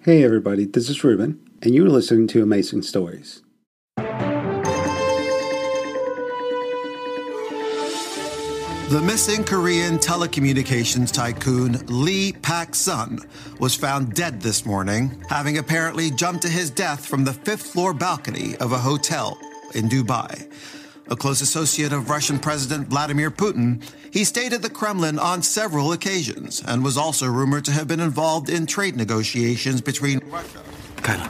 Hey, everybody, this is Ruben, and you're listening to Amazing Stories. The missing Korean telecommunications tycoon Lee Pak Sun was found dead this morning, having apparently jumped to his death from the fifth floor balcony of a hotel in Dubai. A close associate of Russian President Vladimir Putin, he stayed at the Kremlin on several occasions and was also rumored to have been involved in trade negotiations between Russia. Kyla,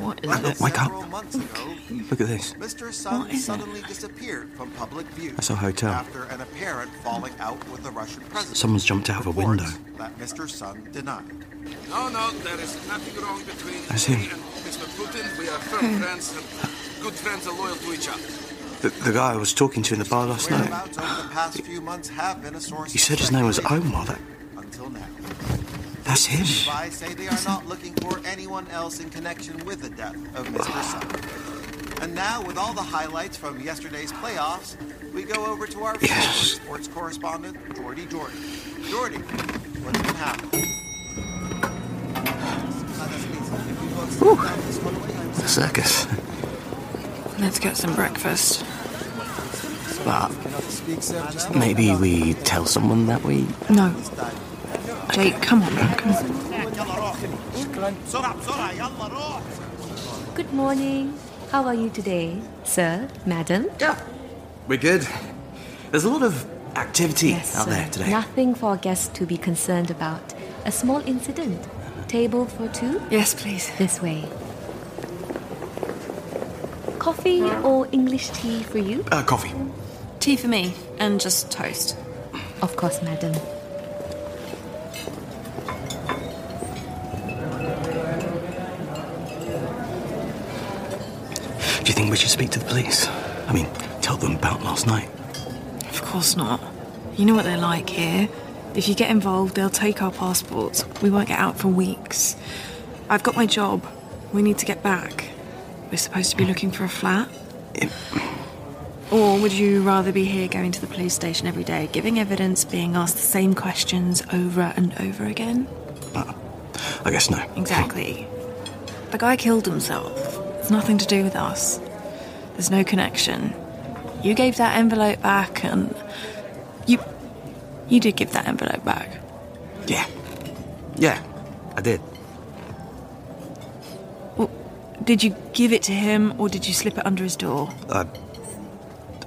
What Oh is it? wake up. Several months ago, Look at this. Mr. Sun What is it? suddenly disappeared from public view. That's a hotel. After an apparent falling out with the Russian president. Someone's jumped out of a Reports window. That Mr. Sun denied. No, Oh, no, there is nothing wrong between That's me him. and Mr. Putin. We are firm friends and good friends and loyal to each other. The, the guy I was talking to in the bar last night. Whereabouts over the past few months have been a source. He of said his name was speculation Omar. That, Until now, that's him. spies say they are not looking for anyone else in connection with the death of Mr. Sun. And now, with all the highlights from yesterday's playoffs, we go over to our Yes. sports correspondent, Jordy Jordy. Jordy, what's been happening? The circus. Let's get some breakfast. But maybe we tell someone that we. No. Jake, come on, man, come on. Good morning. How are you today, sir, madam? We're good. There's a lot of activity out sir. there today. Nothing for guests to be concerned about. A small incident. Table for two? Yes, please. This way. Coffee or English tea for you? Uh, coffee. Tea for me, and just toast. Of course, madam. Do you think we should speak to the police? I mean, tell them about last night. Of course not. You know what they're like here. If you get involved, they'll take our passports. We won't get out for weeks. I've got my job. We need to get back. We're supposed to be looking for a flat. It- Or would you rather be here going to the police station every day, giving evidence, being asked the same questions over and over again? I guess no. Exactly. The guy killed himself. It's nothing to do with us. There's no connection. You gave that envelope back and you you did give that envelope back. Yeah. Yeah, I did. Well, did you give it to him or did you slip it under his door? I.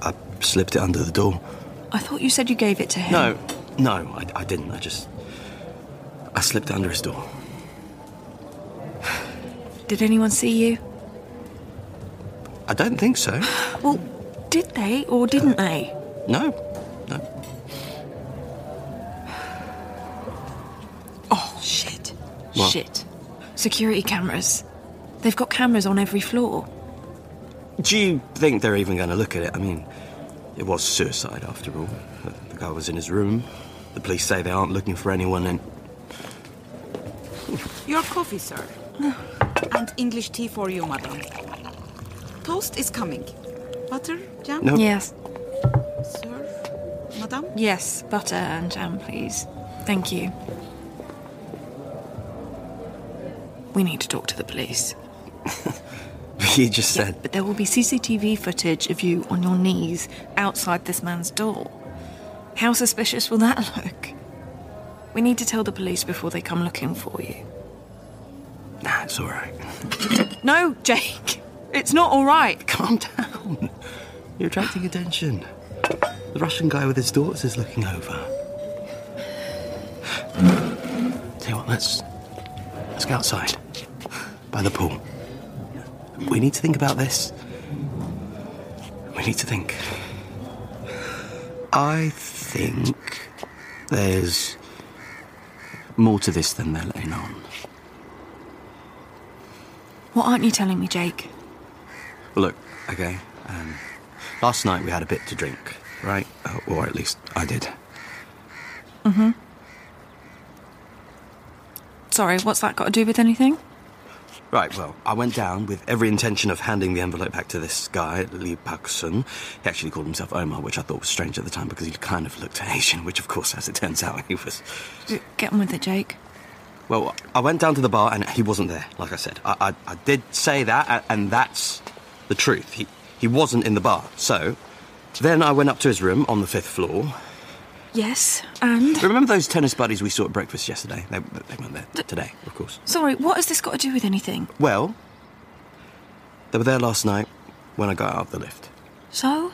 I slipped it under the door. I thought you said you gave it to him. No, no, I, I didn't. I just. I slipped it under his door. Did anyone see you? I don't think so. Well, did they or didn't they? No, no. Oh, shit. What? Shit. Security cameras. They've got cameras on every floor. Do you think they're even going to look at it? I mean, it was suicide after all. The- The guy was in his room. The police say they aren't looking for anyone, and Your coffee, sir. and English tea for you, madam. Toast is coming. Butter, jam, no. Yes. sir, madam. Yes, butter and jam, please. Thank you. We need to talk to the police. He just said, But there will be CCTV footage of you on your knees outside this man's door. How suspicious will that look? We need to tell the police before they come looking for you. "Nah, it's all right. No, Jake! It's not alright! Calm down. You're attracting attention. The Russian guy with his daughters is looking over. Tell you what, let's let's go outside by the pool. We need to think about this. We need to think. I think there's more to this than they're letting on. What aren't you telling me, Jake? Well, look, okay. Um, last night we had a bit to drink, right? Uh, or at least I did. Sorry, what's that got to do with anything? Right, well, I went down with every intention of handing the envelope back to this guy, Lee Paksun. He actually called himself Omar, which I thought was strange at the time because he kind of looked Asian, which, of course, as it turns out, he was. Get on with it, Jake. Well, I went down to the bar and he wasn't there, like I said. I, I, I did say that, a- and that's the truth. He, he wasn't in the bar. So then I went up to his room on the fifth floor. Yes, and. Remember those tennis buddies we saw at breakfast yesterday? They, they weren't there today, of course. Sorry, what has this got to do with anything? Well, they were there last night when I got out of the lift. So?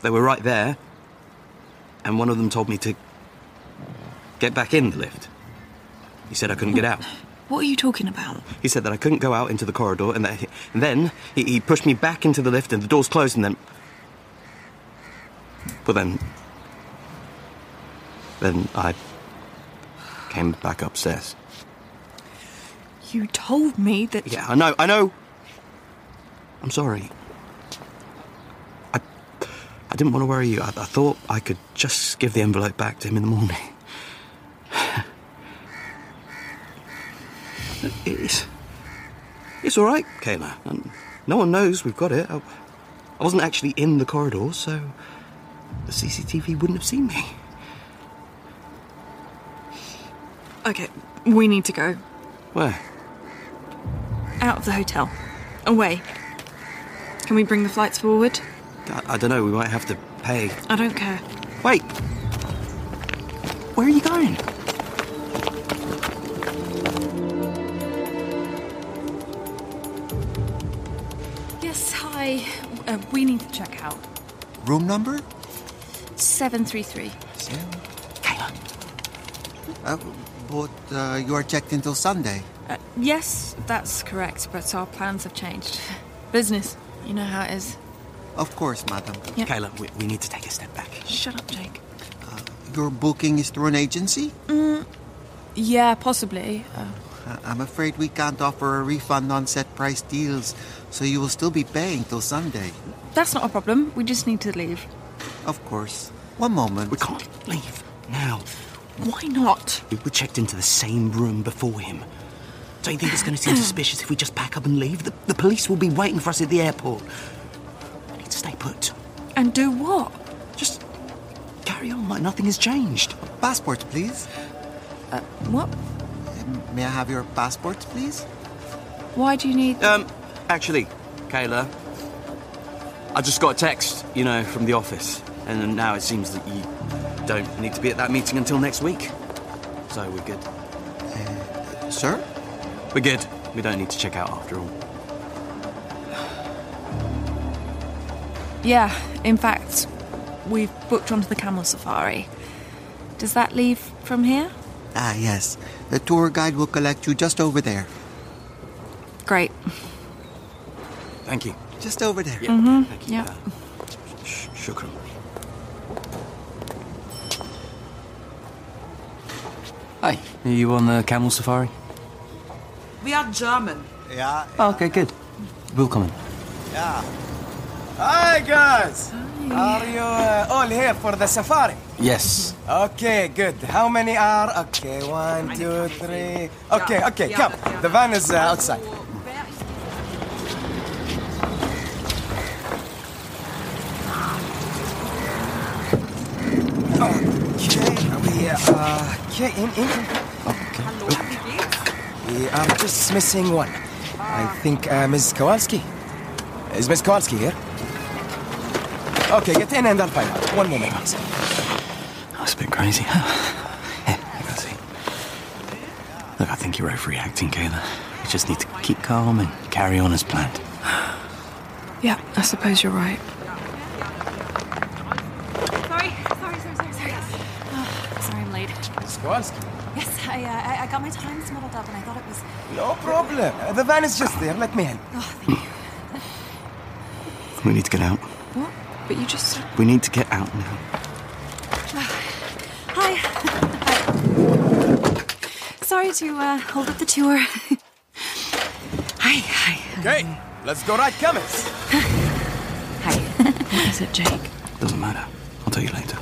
They were right there, and one of them told me to get back in the lift. He said I couldn't get out. What are you talking about? He said that I couldn't go out into the corridor, and, that he, and then he, he pushed me back into the lift, and the doors closed, and then. Well, then. Then I came back upstairs. You told me that. Yeah, I know, I know. I'm sorry. I, I didn't want to worry you. I, I thought I could just give the envelope back to him in the morning. it's, it's all right, Kayla. And no one knows we've got it. I, I wasn't actually in the corridor, so the CCTV wouldn't have seen me. Okay, we need to go. Where? Out of the hotel. Away. Can we bring the flights forward? I, I don't know. We might have to pay. I don't care. Wait. Where are you going? Yes, hi. Uh, we need to check out. Room number? 733. Uh, but uh, you are checked until Sunday. Uh, yes, that's correct, but our plans have changed. Business. You know how it is. Of course, madam. Yeah. Kayla, we, we need to take a step back. Shut up, Jake. Your booking is through an agency? Yeah, possibly. Uh, Uh, I'm afraid we can't offer a refund on set price deals, so you will still be paying till Sunday. that's not a problem. We just need to leave. Of course. One moment. We can't leave now. Why not? We were checked into the same room before him. Don't you think it's going to seem suspicious if we just pack up and leave? The, the police will be waiting for us at the airport. We need to stay put. And do what? Just carry on like nothing has changed. Passport, please. What? May I have your passport, please? Why do you need. Um, actually, Kayla, I just got a text, you know, from the office. And now it seems that you don't need to be at that meeting until next week. So we're good. Sir? We're good. We don't need to check out after all. Yeah, in fact, we've booked onto the camel safari. Does that leave from here? Ah, yes. The tour guide will collect you just over there. Great. Thank you. Just over there. Yeah. Thank you. yeah. Uh, sh- shukran. Hi. Are you on the camel safari? We are German. Yeah. Oh, okay, good. We'll come in. Hi guys! Are you uh, all here for the safari? Yes. Okay, good. How many are? Okay, one, two, three. Okay, okay, come. The van is uh, outside. Okay, we uh, okay, in, in. We are just missing one. I think uh, Ms. Kowalski. Is Ms. Kowalski here? Okay, get in and I'll find out. One moment, please. That's a bit crazy. Here, you can see. Look, I think you're overreacting, Kayla. We just need to keep calm and carry on as planned. Yeah, I suppose you're right. Sorry, sorry, sorry, sorry, sorry. sorry, I'm late. Ms. Kowalski. Yes, I, uh, I, I got my times muddled up and I thought it was. No problem. The van is just there. Let me help. We need to get out. What? But you just. We need to get out now. Hi. sorry to uh, hold up the tour. hi, hi, Okay, let's go right, Cummins. hi. What is it, Jake? Doesn't matter. I'll tell you later.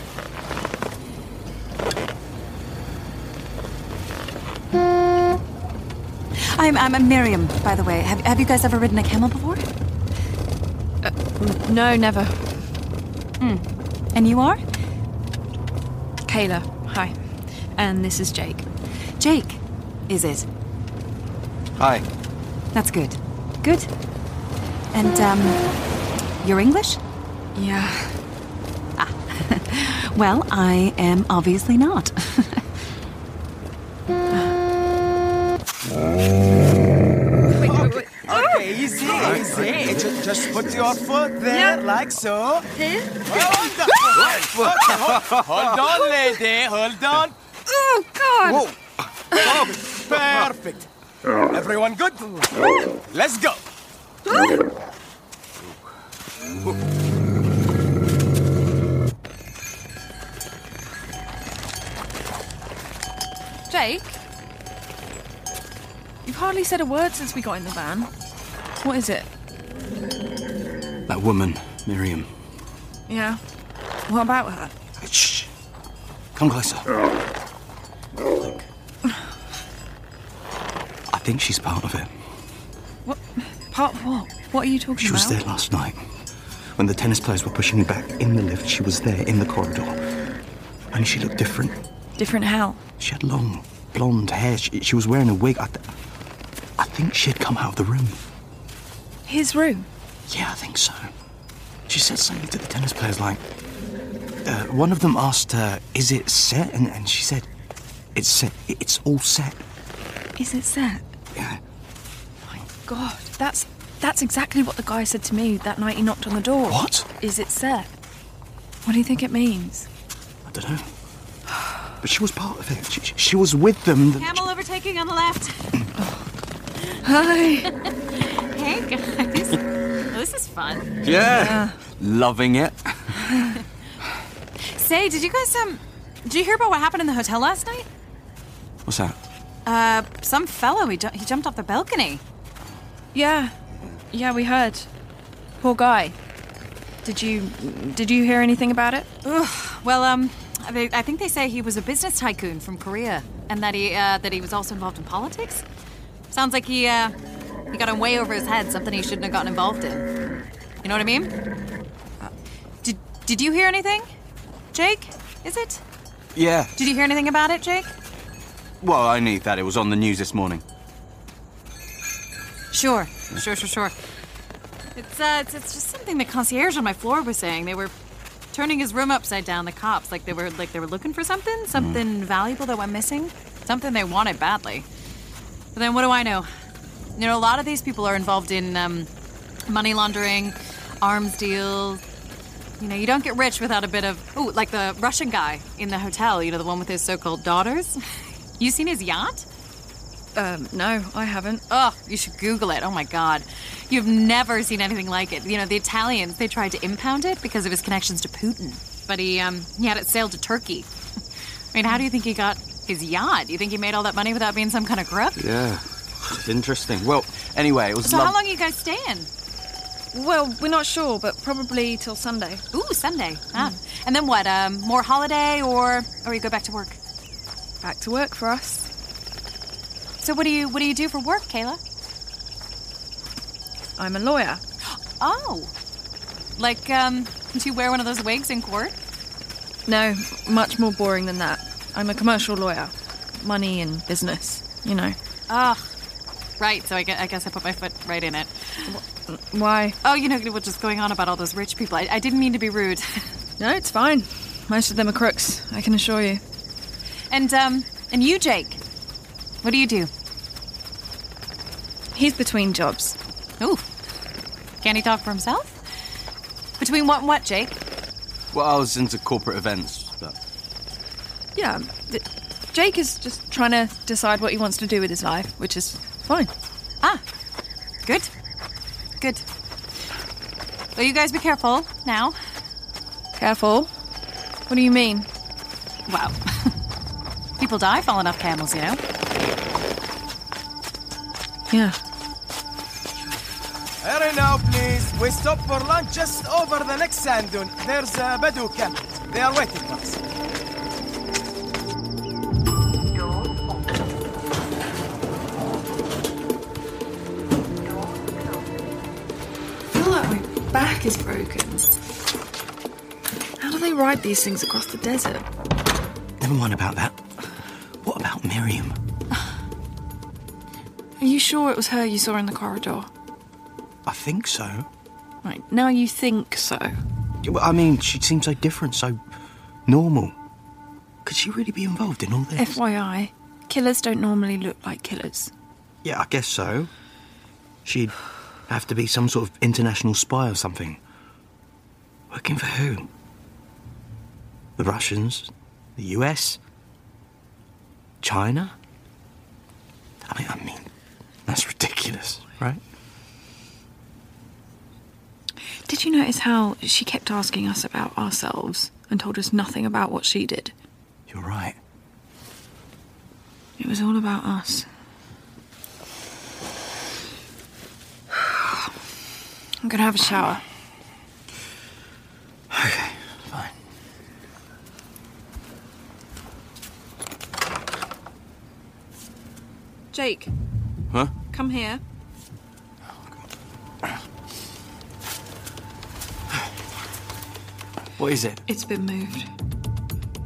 I'm, I'm Miriam, by the way. Have, have you guys ever ridden a camel before? Uh, No, never. Hmm. And you are? Kayla, hi. And this is Jake. Jake. Is it? Hi. That's good. Good. And, um, you're English? Yeah. Well, I am obviously not. Okay, easy, easy. Just, just put your foot there, like so. Here? Hold on. Okay, hold, hold on, lady. Hold on. Oh, God. Whoa. Oh, perfect. Everyone good? Let's go. Jake? You've hardly said a word since we got in the van. What is it? That woman, Miriam. Yeah. What about her? Shh. Come closer. Look. I think she's part of it. What? Part of what? What are you talking She was about? there last night. When the tennis players were pushing me back in the lift, she was there in the corridor. And she looked different. Different how? She had long, blonde hair. She, she was wearing a wig. I, th- I think she had come out of the room. His room. Yeah, I think so. She said something to the tennis players like, uh, one of them asked her, Is it set? And, and she said, It's set. It- It's all set. Is it set? Yeah. God, that's that's exactly what the guy said to me that night he knocked on the door. What? Is it set? What do you think it means? I don't know. But she was part of it. She, she- she was with them. The- Camel overtaking on the left. Hi. Hey, guys. this is fun. Loving it. Say, did you guys, um, did you hear about what happened in the hotel last night? What's that? Uh, some fellow, he, ju- he jumped off the balcony. Yeah. Yeah, we heard. Poor guy. Did you did you hear anything about it? Ugh, well, um, they, I think they say he was a business tycoon from Korea, and that he uh, that he was also involved in politics. Sounds like he uh, he got him way over his head, something he shouldn't have gotten involved in. You know what I mean? Uh, Did Did you hear anything, Jake? Is it? Yeah. Did you hear anything about it, Jake? Well, I knew that. It was on the news this morning. Sure, sure, sure, sure. It's uh, it's, it's just something the concierge on my floor was saying. They were turning his room upside down. The cops, like they were like they were looking for something, something valuable that went missing, something they wanted badly. But then what do I know? You know, a lot of these people are involved in um, money laundering, arms deals. You know, you don't get rich without a bit of ooh, like the Russian guy in the hotel. You know, the one with his so-called daughters. you seen his yacht? Um, no, I haven't. Oh, you should Google it. Oh my God. You've never seen anything like it. You know, the Italians, they tried to impound it because of his connections to Putin. But he, um, he had it sailed to Turkey. I mean, how do you think he got his yacht? You think he made all that money without being some kind of crook? Yeah. It's interesting. Well, anyway, it was So lov- how long are you guys staying? Well, we're not sure, but probably till Sunday. Ooh, Sunday. Ah. And then what? Um, more holiday or or you go back to work? Back to work for us. So what do you what do you do for work, Kayla? I'm a lawyer. Oh. Like, um, do you wear one of those wigs in court? No, much more boring than that. I'm a commercial lawyer. Money and business, you know. Ah. Right, so I gue- I guess I put my foot right in it. Why? Oh, you know what's just going on about all those rich people. I, I didn't mean to be rude. No, it's fine. Most of them are crooks, I can assure you. and um, and you, Jake, what do you do? He's between jobs. Ooh, can he talk for himself? Between what and what, Jake? Well, I was into corporate events, but Yeah, th- Jake is just trying to decide what he wants to do with his life, which is fine. Ah, good, good. Well, you guys be careful now. Careful. What do you mean? Wow, people die falling off camels, you know. Yeah. Hurry now, please. We stop for lunch just over the next sand dune. There's a Bedou camp. They are waiting for us. I feel like my back is broken. How do they ride these things across the desert? never mind about that. What about Miriam? Are you sure it was her you saw in the corridor? I think so. Right, now you think so. Yeah, well, I mean, she seemed so different, so normal. Could she really be involved in all this? FYI, killers don't normally look like killers. Yeah, I guess so. She'd have to be some sort of international spy or something. Working for who? The Russians? The US? China? I mean, I mean, that's ridiculous, right? Did you notice how she kept asking us about ourselves and told us nothing about what she did? You're right. It was all about us. I'm gonna have a shower. Okay, fine. Jake, Huh? come here. What is it? It's been moved.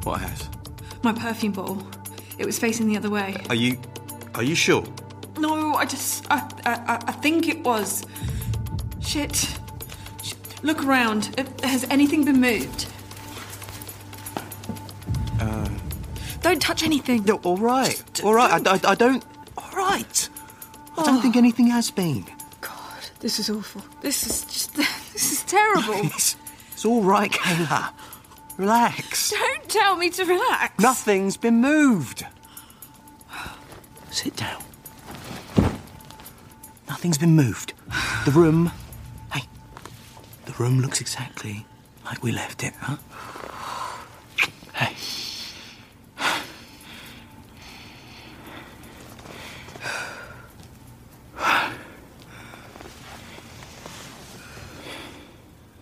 What has? My perfume bottle. It was facing the other way. Are you. Are you sure? No, I just. I, I, I- I think it was. Shit. Sh- Look around. Uh, Has anything been moved? Uh, Don't touch anything. No, Oh, all right. all right, I, I, I don't. All right. Ah. I don't think anything has been. This is awful. This is just. This is terrible. It's, it's all right, Kayla. Relax. Don't tell me to relax. Nothing's been moved. Sit down. Nothing's been moved. The room. Hey, the room looks exactly like we left it, huh? Hey.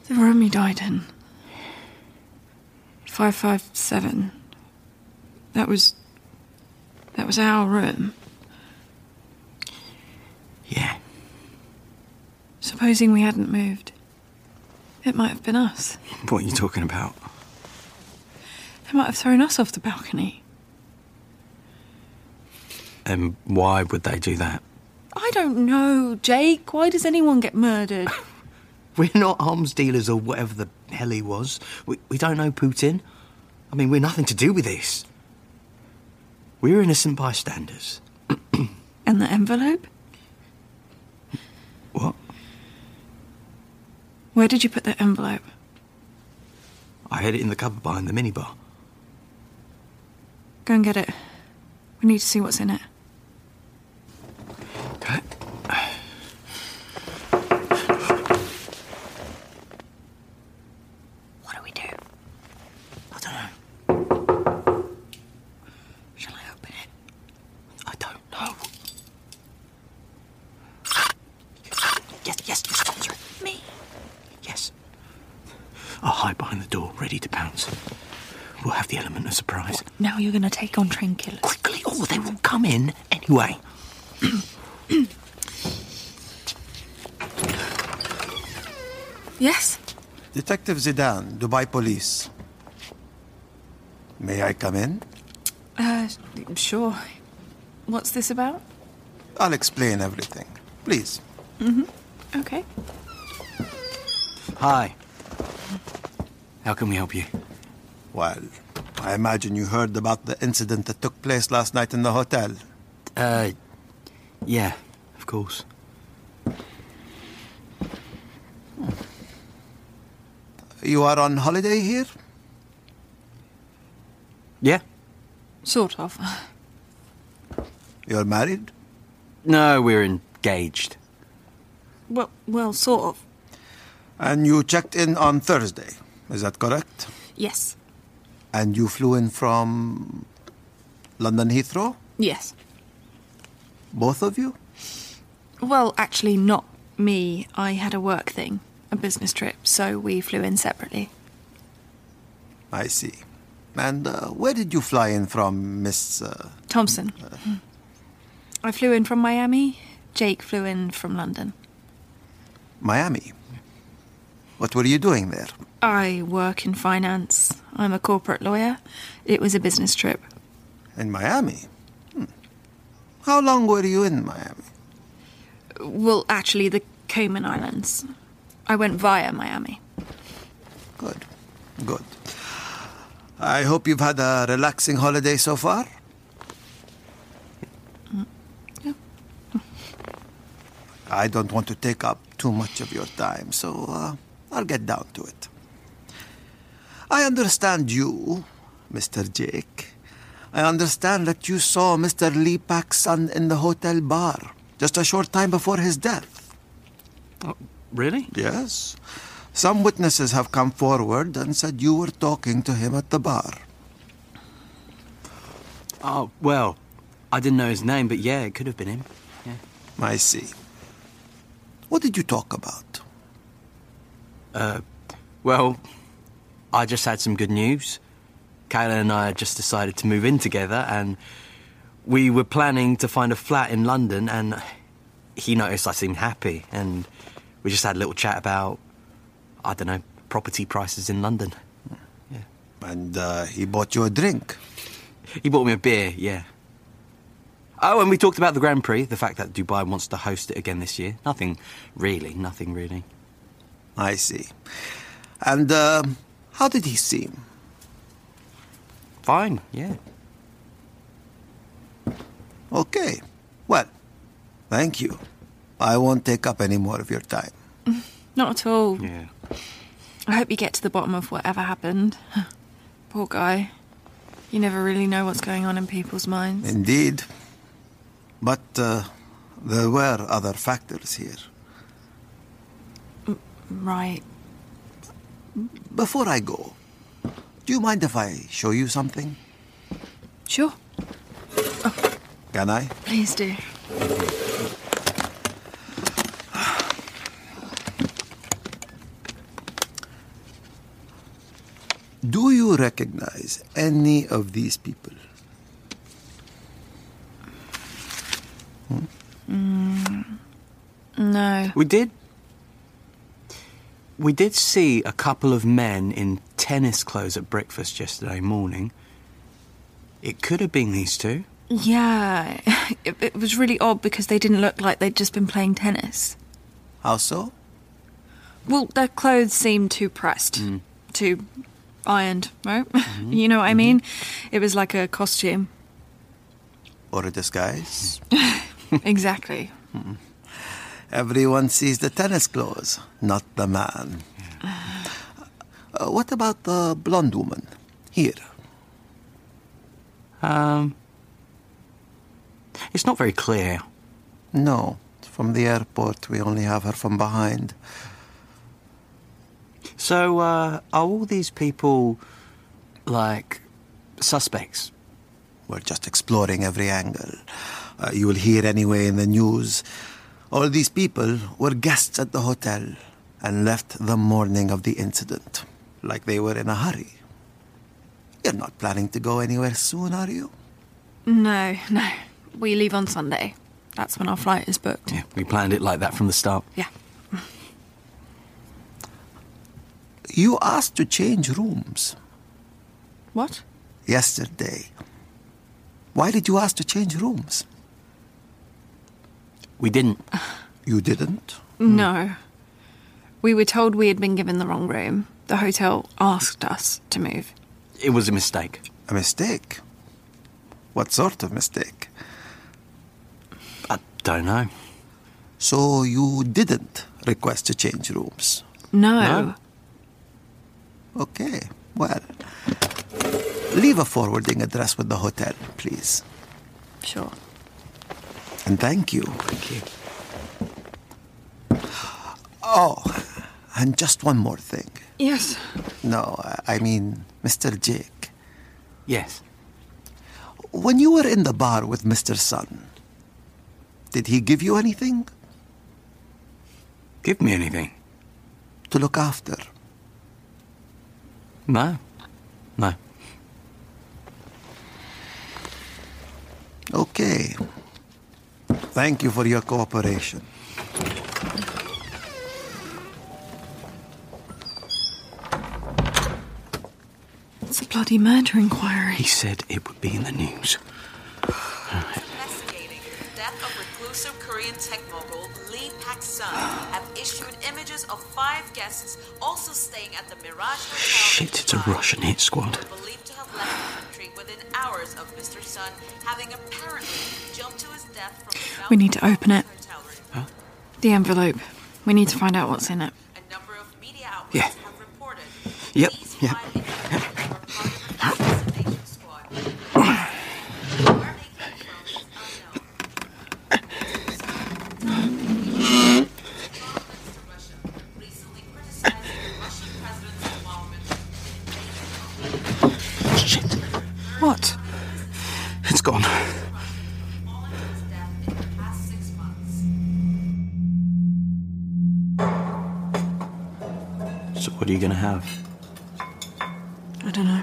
The room he died in. 557. That was. That was our room. Yeah. Supposing we hadn't moved, it might have been us. What are you talking about? They might have thrown us off the balcony. And why would they do that? I don't know, Jake. Why does anyone get murdered? We're not arms dealers or whatever the hell he was. We, we don't know Putin. I mean, we're nothing to do with this. We're innocent bystanders. and the envelope? What? Where did you put that envelope? I hid it in the cupboard behind the minibar. Go and get it. We need to see what's in it. Okay. What do we do? I don't know. Shall I open it? I don't know. Yes, yes, yes, answer it. Me. Yes. I'll hide behind the door, ready to pounce. We'll have the element of surprise. Now you're going to take on train killers. Quickly, oh, they will come in anyway. Yes? Detective Zidane, Dubai Police. May I come in? Uh, sure. What's this about? I'll explain everything. Please. Mm hmm. Okay. Hi. How can we help you? Well, I imagine you heard about the incident that took place last night in the hotel. Uh, yeah, of course. You are on holiday here? Yeah. Sort of. You're married? No, we're engaged. Well, well, sort of. And you checked in on Thursday, is that correct? Yes. And you flew in from London Heathrow? Yes. Both of you? Well, actually, not me. I had a work thing, a business trip, so we flew in separately. I see. And uh, where did you fly in from, Miss. Uh, Thompson. I flew in from Miami. Jake flew in from London. Miami? What were you doing there? I work in finance. I'm a corporate lawyer. It was a business trip. In Miami? Hmm. How long were you in Miami? Well, actually, the Cayman Islands. I went via Miami. Good. Good. I hope you've had a relaxing holiday so far. I don't want to take up too much of your time, so uh, I'll get down to it. I understand you, Mr. Jake. I understand that you saw Mr. Lee Pak's son in the hotel bar just a short time before his death. Really? Yes. Some witnesses have come forward and said you were talking to him at the bar. Oh, well, I didn't know his name, but yeah, it could have been him. Yeah. I see. What did you talk about? Uh, well, I just had some good news. Kayla and I had just decided to move in together, and we were planning to find a flat in London. And he noticed I seemed happy, and we just had a little chat about, I don't know, property prices in London. And uh, he bought you a drink. He bought me a beer, yeah. Oh, and we talked about the Grand Prix, the fact that Dubai wants to host it again this year. Nothing really, nothing really. I see. And uh, how did he seem? Fine, yeah. Okay. Well, thank you. I won't take up any more of your time. Not at all. Yeah. I hope you get to the bottom of whatever happened. Poor guy. You never really know what's going on in people's minds. Indeed. But uh, there were other factors here. Right. Before I go, do you mind if I show you something? Sure. Can I? Please do. Do you recognize any of these people? Mm. No. We did. We did see a couple of men in tennis clothes at breakfast yesterday morning. It could have been these two. Yeah. It, it was really odd because they didn't look like they'd just been playing tennis. How so? Well, their clothes seemed too pressed, too ironed, right? you know what I mean? It was like a costume. Or a disguise? exactly. Everyone sees the tennis clothes, not the man. Uh, what about the blonde woman? Here. Um, it's not very clear. No. From the airport, we only have her from behind. So, uh, are all these people like suspects? We're just exploring every angle. Uh, you will hear anyway in the news. All these people were guests at the hotel and left the morning of the incident, like they were in a hurry. You're not planning to go anywhere soon, are you? No, no. We leave on Sunday. That's when our flight is booked. Yeah, we planned it like that from the start. Yeah. You asked to change rooms What? yesterday. Why did you ask to change rooms? We didn't. You didn't? No. We were told we had been given the wrong room. The hotel asked us to move. It was a mistake. A mistake? What sort of mistake? I don't know. So you didn't request to change rooms? No. No. Okay, well. Leave a forwarding address with the hotel, please. Sure. And thank you. Thank you. Oh, and just one more thing. Yes. No, I- I mean, Mr. Jake. Yes. When you were in the bar with Mr. Sun, did he give you anything Give me anything. to look after? No. No. Okay. Thank you for your cooperation. It's a bloody murder inquiry. He said it would be in the news. Investigating the death of exclusive Korean tech mogul Lee Pak-sun have issued images of five guests also staying at the Mirage Hotel Shit, it's a Russian hit squad. believed to have left the country within hours of Mr. Sun having apparently jumped to his death from the We need to open it. Huh? The envelope. We need to find out what's in it. Yeah. Yep, yep. What? It's gone. So, what are you going to have? I don't know.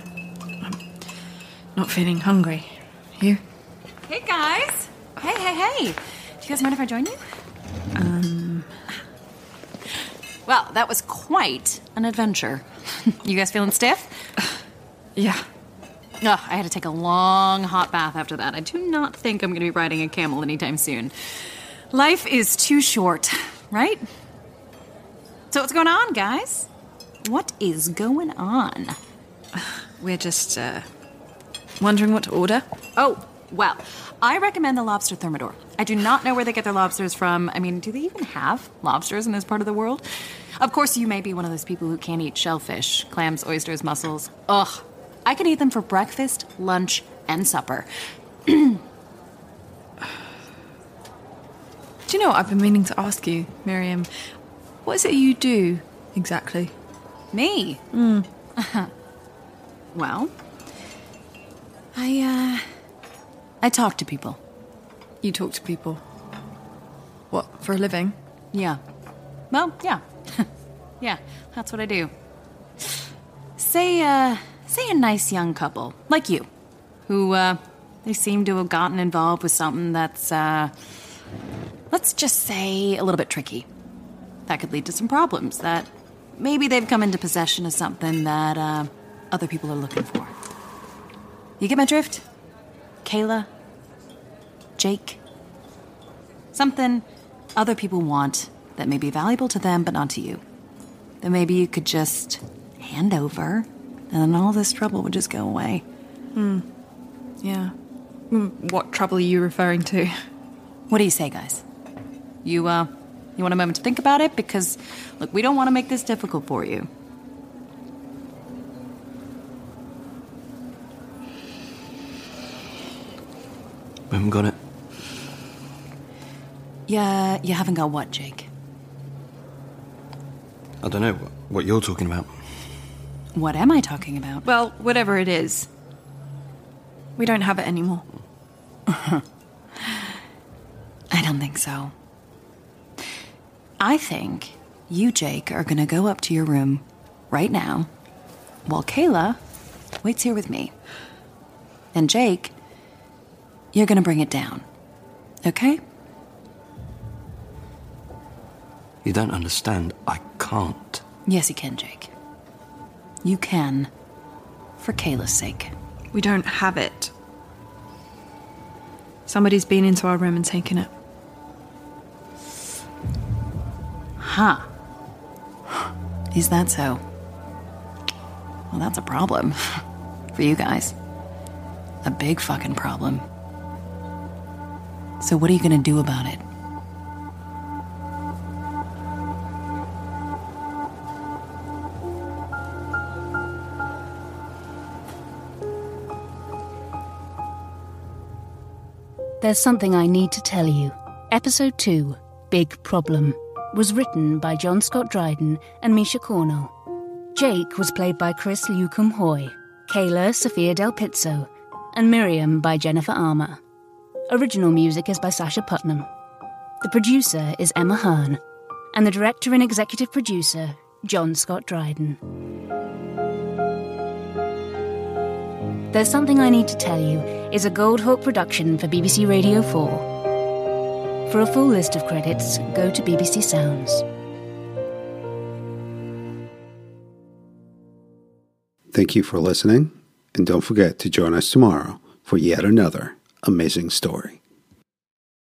I'm not feeling hungry. You? Hey guys! Hey, hey, hey! Do you guys mind if I join you? Um. Well, that was quite an adventure. you guys feeling stiff? Yeah. Ugh, I had to take a long hot bath after that. I do not think I'm going to be riding a camel anytime soon. Life is too short, right? So, what's going on, guys? What is going on? We're just, uh. Wondering what to order? Oh, well, I recommend the lobster thermidor. I do not know where they get their lobsters from. I mean, do they even have lobsters in this part of the world? Of course, you may be one of those people who can't eat shellfish, clams, oysters, mussels. Ugh. I can eat them for breakfast, lunch, and supper. Do you know what I've been meaning to ask you, Miriam? What is it you do exactly? Me? Mm. well, I, uh. I talk to people. You talk to people? What, for a living? Yeah. Well, yeah. yeah, that's what I do. Say, uh, say a nice young couple, like you, who, uh, they seem to have gotten involved with something that's, uh, let's just say a little bit tricky. That could lead to some problems, that maybe they've come into possession of something that, uh, other people are looking for. You get my drift? Kayla? Jake? Something other people want that may be valuable to them but not to you. Then maybe you could just hand over and then all this trouble would just go away. Hmm. Yeah. Mm, What trouble are you referring to? What do you say, guys? You uh you want a moment to think about it because look, we don't want to make this difficult for you. We haven't got it. Yeah, you haven't got what, Jake? I don't know what you're talking about. What am I talking about? Well, whatever it is. We don't have it anymore. I don't think so. I think you, Jake, are going to go up to your room right now while Kayla waits here with me. And Jake, you're going to bring it down. Okay? You don't understand. I can't. Yes, you can, Jake. You can. For Kayla's sake. We don't have it. Somebody's been into our room and taken it. Huh. Is that so? Well, that's a problem. For you guys. A big fucking problem. So, what are you gonna do about it? There's something I need to tell you. Episode 2, Big Problem, was written by John Scott Dryden and Misha Cornell. Jake was played by Chris Lukum Hoy, Kayla Sophia Del Pizzo, and Miriam by Jennifer Armour. Original music is by Sasha Putnam. The producer is Emma Hearn, and the director and executive producer, John Scott Dryden. There's Something I Need to Tell You is a Goldhawk production for BBC Radio 4. For a full list of credits, go to BBC Sounds. Thank you for listening, and don't forget to join us tomorrow for yet another amazing story.